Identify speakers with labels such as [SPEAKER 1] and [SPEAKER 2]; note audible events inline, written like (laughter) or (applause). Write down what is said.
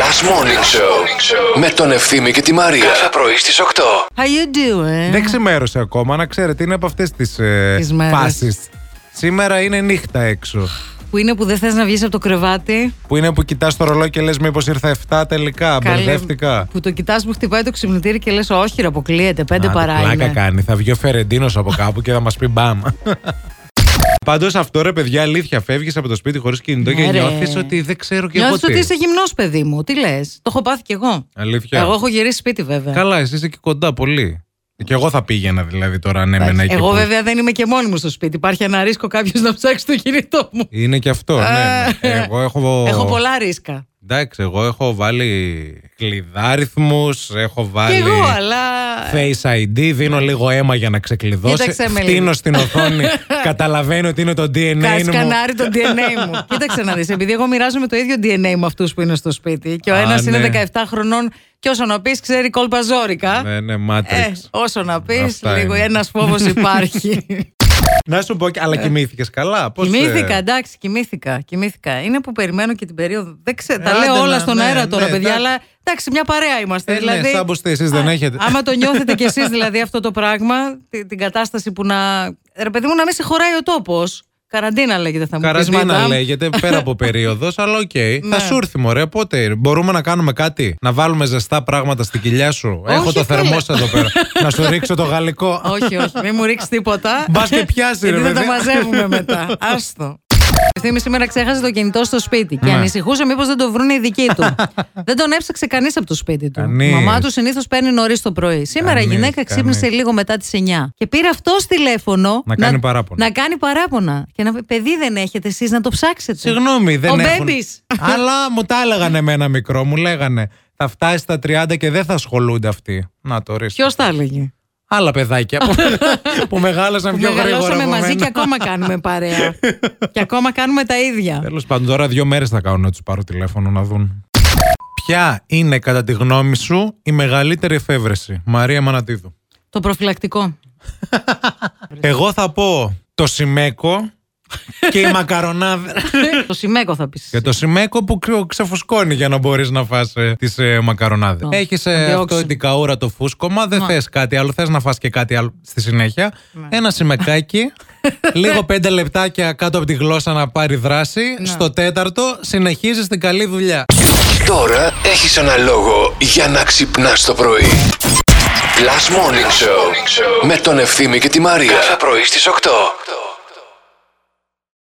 [SPEAKER 1] Last Morning Show με τον Ευθύμη και τη Μαρία. Κάθε πρωί στις 8.
[SPEAKER 2] How you doing?
[SPEAKER 3] Δεν ξημέρωσε ακόμα, να ξέρετε, είναι από αυτές τις
[SPEAKER 2] Ε. Τις μέρες.
[SPEAKER 3] φάσεις. Σήμερα είναι νύχτα έξω.
[SPEAKER 2] Που είναι που δεν θες να βγεις από το κρεβάτι.
[SPEAKER 3] Που είναι που κοιτάς το ρολόι και λες, Μήπως ήρθα 7 τελικά.
[SPEAKER 2] Καλέ,
[SPEAKER 3] Μπερδεύτηκα.
[SPEAKER 2] Που το κοιτάς που χτυπάει το ξυπνητήρι και λες όχι ρε αποκλείεται, πέντε
[SPEAKER 3] Να,
[SPEAKER 2] παρά
[SPEAKER 3] Πλάκα
[SPEAKER 2] είναι.
[SPEAKER 3] κάνει. Θα βγει ο Φερεντίνος από κάπου και θα μας πει
[SPEAKER 2] (laughs)
[SPEAKER 3] μπαμ. Πάντως αυτό ρε παιδιά, αλήθεια, φεύγεις από το σπίτι χωρίς κινητό και
[SPEAKER 2] Ναι, ρε.
[SPEAKER 3] νιώθεις ότι δεν ξέρω κι εγώ
[SPEAKER 2] Νιώθεις
[SPEAKER 3] τι.
[SPEAKER 2] ότι είσαι γυμνός παιδί μου, τι λες, το έχω πάθει κι εγώ.
[SPEAKER 3] Αλήθεια.
[SPEAKER 2] Εγώ έχω γυρίσει σπίτι βέβαια.
[SPEAKER 3] Καλά, εσύ είσαι και κοντά πολύ. Και εγώ θα πήγαινα δηλαδή τώρα αν έμενα εκεί.
[SPEAKER 2] Εγώ
[SPEAKER 3] που-
[SPEAKER 2] βέβαια δεν είμαι και μόνη μου στο σπίτι, υπάρχει ένα ρίσκο κάποιος να ψάξει το κινητό μου.
[SPEAKER 3] Είναι και αυτό, ναι. ναι. Εγώ έχω.
[SPEAKER 2] Ε. Έχω πολλά ρίσκα.
[SPEAKER 3] Εντάξει, εγώ έχω βάλει κλειδάριθμους, έχω
[SPEAKER 2] Κι
[SPEAKER 3] βάλει
[SPEAKER 2] εγώ, αλλά.
[SPEAKER 3] Face ID, δίνω λίγο αίμα για να ξεκλειδώσει.
[SPEAKER 2] Κοίταξε με λίγο.
[SPEAKER 3] Φτύνω στην
[SPEAKER 2] (laughs)
[SPEAKER 3] οθόνη, καταλαβαίνω ότι είναι το DNA μου.
[SPEAKER 2] Κασκανάρι το DNA
[SPEAKER 3] (laughs)
[SPEAKER 2] μου. Κοίταξε να δεις. Επειδή εγώ μοιράζομαι το ίδιο DNA με αυτούς που είναι στο σπίτι και ο
[SPEAKER 3] Α,
[SPEAKER 2] ένας
[SPEAKER 3] ναι.
[SPEAKER 2] είναι 17 χρονών και όσο να πεις ξέρει κόλπα ζώρικα.
[SPEAKER 3] Ναι, ναι, Matrix.
[SPEAKER 2] Ε, όσο να πει,
[SPEAKER 3] Αυτά
[SPEAKER 2] λίγο
[SPEAKER 3] είναι.
[SPEAKER 2] ένας
[SPEAKER 3] (laughs)
[SPEAKER 2] φόβος υπάρχει.
[SPEAKER 3] Να σου πω, και- αλλά κοιμήθηκες καλά. Πώς, ε,
[SPEAKER 2] κοιμήθηκα, εντάξει, κοιμήθηκα, κοιμήθηκα. Είναι που περιμένω και την περίοδο. Δεν ξέ, τα
[SPEAKER 3] άντε
[SPEAKER 2] λέω όλα
[SPEAKER 3] να,
[SPEAKER 2] στον
[SPEAKER 3] ναι,
[SPEAKER 2] αέρα τώρα,
[SPEAKER 3] ναι,
[SPEAKER 2] παιδιά,
[SPEAKER 3] εντάξει.
[SPEAKER 2] αλλά εντάξει, μια παρέα είμαστε.
[SPEAKER 3] Ε, ναι,
[SPEAKER 2] δηλαδή,
[SPEAKER 3] σαν πως εσείς δεν
[SPEAKER 2] α,
[SPEAKER 3] έχετε.
[SPEAKER 2] Άμα το νιώθετε
[SPEAKER 3] (laughs)
[SPEAKER 2] κι εσείς δηλαδή αυτό το πράγμα, τη- την κατάσταση που να. Ρε παιδί μου, να μην σε χωράει ο τόπος. Καραντίνα λέγεται, θα μου πεις,
[SPEAKER 3] Καραντίνα
[SPEAKER 2] madame.
[SPEAKER 3] λέγεται,
[SPEAKER 2] (laughs)
[SPEAKER 3] πέρα από περίοδος, αλλά οκ. Θα
[SPEAKER 2] Ναι.
[SPEAKER 3] σου έρθει, μωρέ. Πότε μπορούμε να κάνουμε κάτι, να βάλουμε ζεστά πράγματα στην κοιλιά σου. Έχω
[SPEAKER 2] φίλε.
[SPEAKER 3] το θερμόστατο
[SPEAKER 2] (laughs)
[SPEAKER 3] πέρα. να σου ρίξω το γαλλικό.
[SPEAKER 2] όχι, όχι, μην μου ρίξεις τίποτα.
[SPEAKER 3] Μπας και πιάσεις, ρε
[SPEAKER 2] Γιατί δεν τα
[SPEAKER 3] παιδί.
[SPEAKER 2] μαζεύουμε μετά. Άστο. Ευθύμη σήμερα ξέχασε το κινητό στο σπίτι
[SPEAKER 3] Ναι.
[SPEAKER 2] και ανησυχούσε μήπως δεν το βρουν οι δικοί
[SPEAKER 3] (laughs)
[SPEAKER 2] του. δεν τον έψαξε κανείς από το σπίτι του.
[SPEAKER 3] Κανείς.
[SPEAKER 2] Η Μαμά του συνήθως παίρνει νωρίς το πρωί. Σήμερα
[SPEAKER 3] Κανείς,
[SPEAKER 2] η γυναίκα ξύπνησε
[SPEAKER 3] κανείς.
[SPEAKER 2] λίγο μετά τις 9 και πήρε αυτό τηλέφωνο.
[SPEAKER 3] Να κάνει παράπονα.
[SPEAKER 2] Να κάνει παράπονα. Και να πει: Παιδί δεν έχετε εσείς να το ψάξετε.
[SPEAKER 3] Συγγνώμη, δεν
[SPEAKER 2] Ο
[SPEAKER 3] έχουν.
[SPEAKER 2] Μπέμπης.
[SPEAKER 3] Αλλά μου τα έλεγαν εμένα μικρό, μου λέγανε. Θα φτάσει στα 30 και δεν θα ασχολούνται αυτοί. Να το ρίξω.
[SPEAKER 2] Ποιος τα έλεγε.
[SPEAKER 3] Άλλα παιδάκια που,
[SPEAKER 2] (laughs)
[SPEAKER 3] που μεγάλωσαν πιο γρήγορα.
[SPEAKER 2] Μεγαλώσαμε μαζί και ακόμα κάνουμε
[SPEAKER 3] (laughs)
[SPEAKER 2] παρέα. και ακόμα κάνουμε τα ίδια.
[SPEAKER 3] Τέλος πάντων, τώρα δύο μέρες θα κάνω να τους πάρω τηλέφωνο να δουν. Ποια είναι, κατά τη γνώμη σου, η μεγαλύτερη εφεύρεση, Μαρία Μανατίδου.
[SPEAKER 2] το
[SPEAKER 3] (laughs)
[SPEAKER 2] προφυλακτικό.
[SPEAKER 3] Εγώ θα πω το Σιμέκο και η μακαρονάδα.
[SPEAKER 2] το σημαίκο θα πεις.
[SPEAKER 3] Και το σιμέκο που ξε- ξεφουσκώνει για να μπορείς να φας τις ε, μακαρονάδες.
[SPEAKER 2] Ναι.
[SPEAKER 3] Έχεις ε,
[SPEAKER 2] Αντιόξυδο.
[SPEAKER 3] αυτό την καούρα το φούσκωμα, δεν θες κάτι άλλο, θες να φας και κάτι άλλο στη συνέχεια. Ένα σιμεκάκι, λίγο πέντε λεπτάκια κάτω από τη γλώσσα να πάρει δράση. Στο τέταρτο συνεχίζεις την καλή δουλειά.
[SPEAKER 1] Τώρα έχεις ένα λόγο για να ξυπνάς το πρωί. Last Morning Show με τον Ευθύμη και τη Μαρία. Κάθε πρωί στις 8.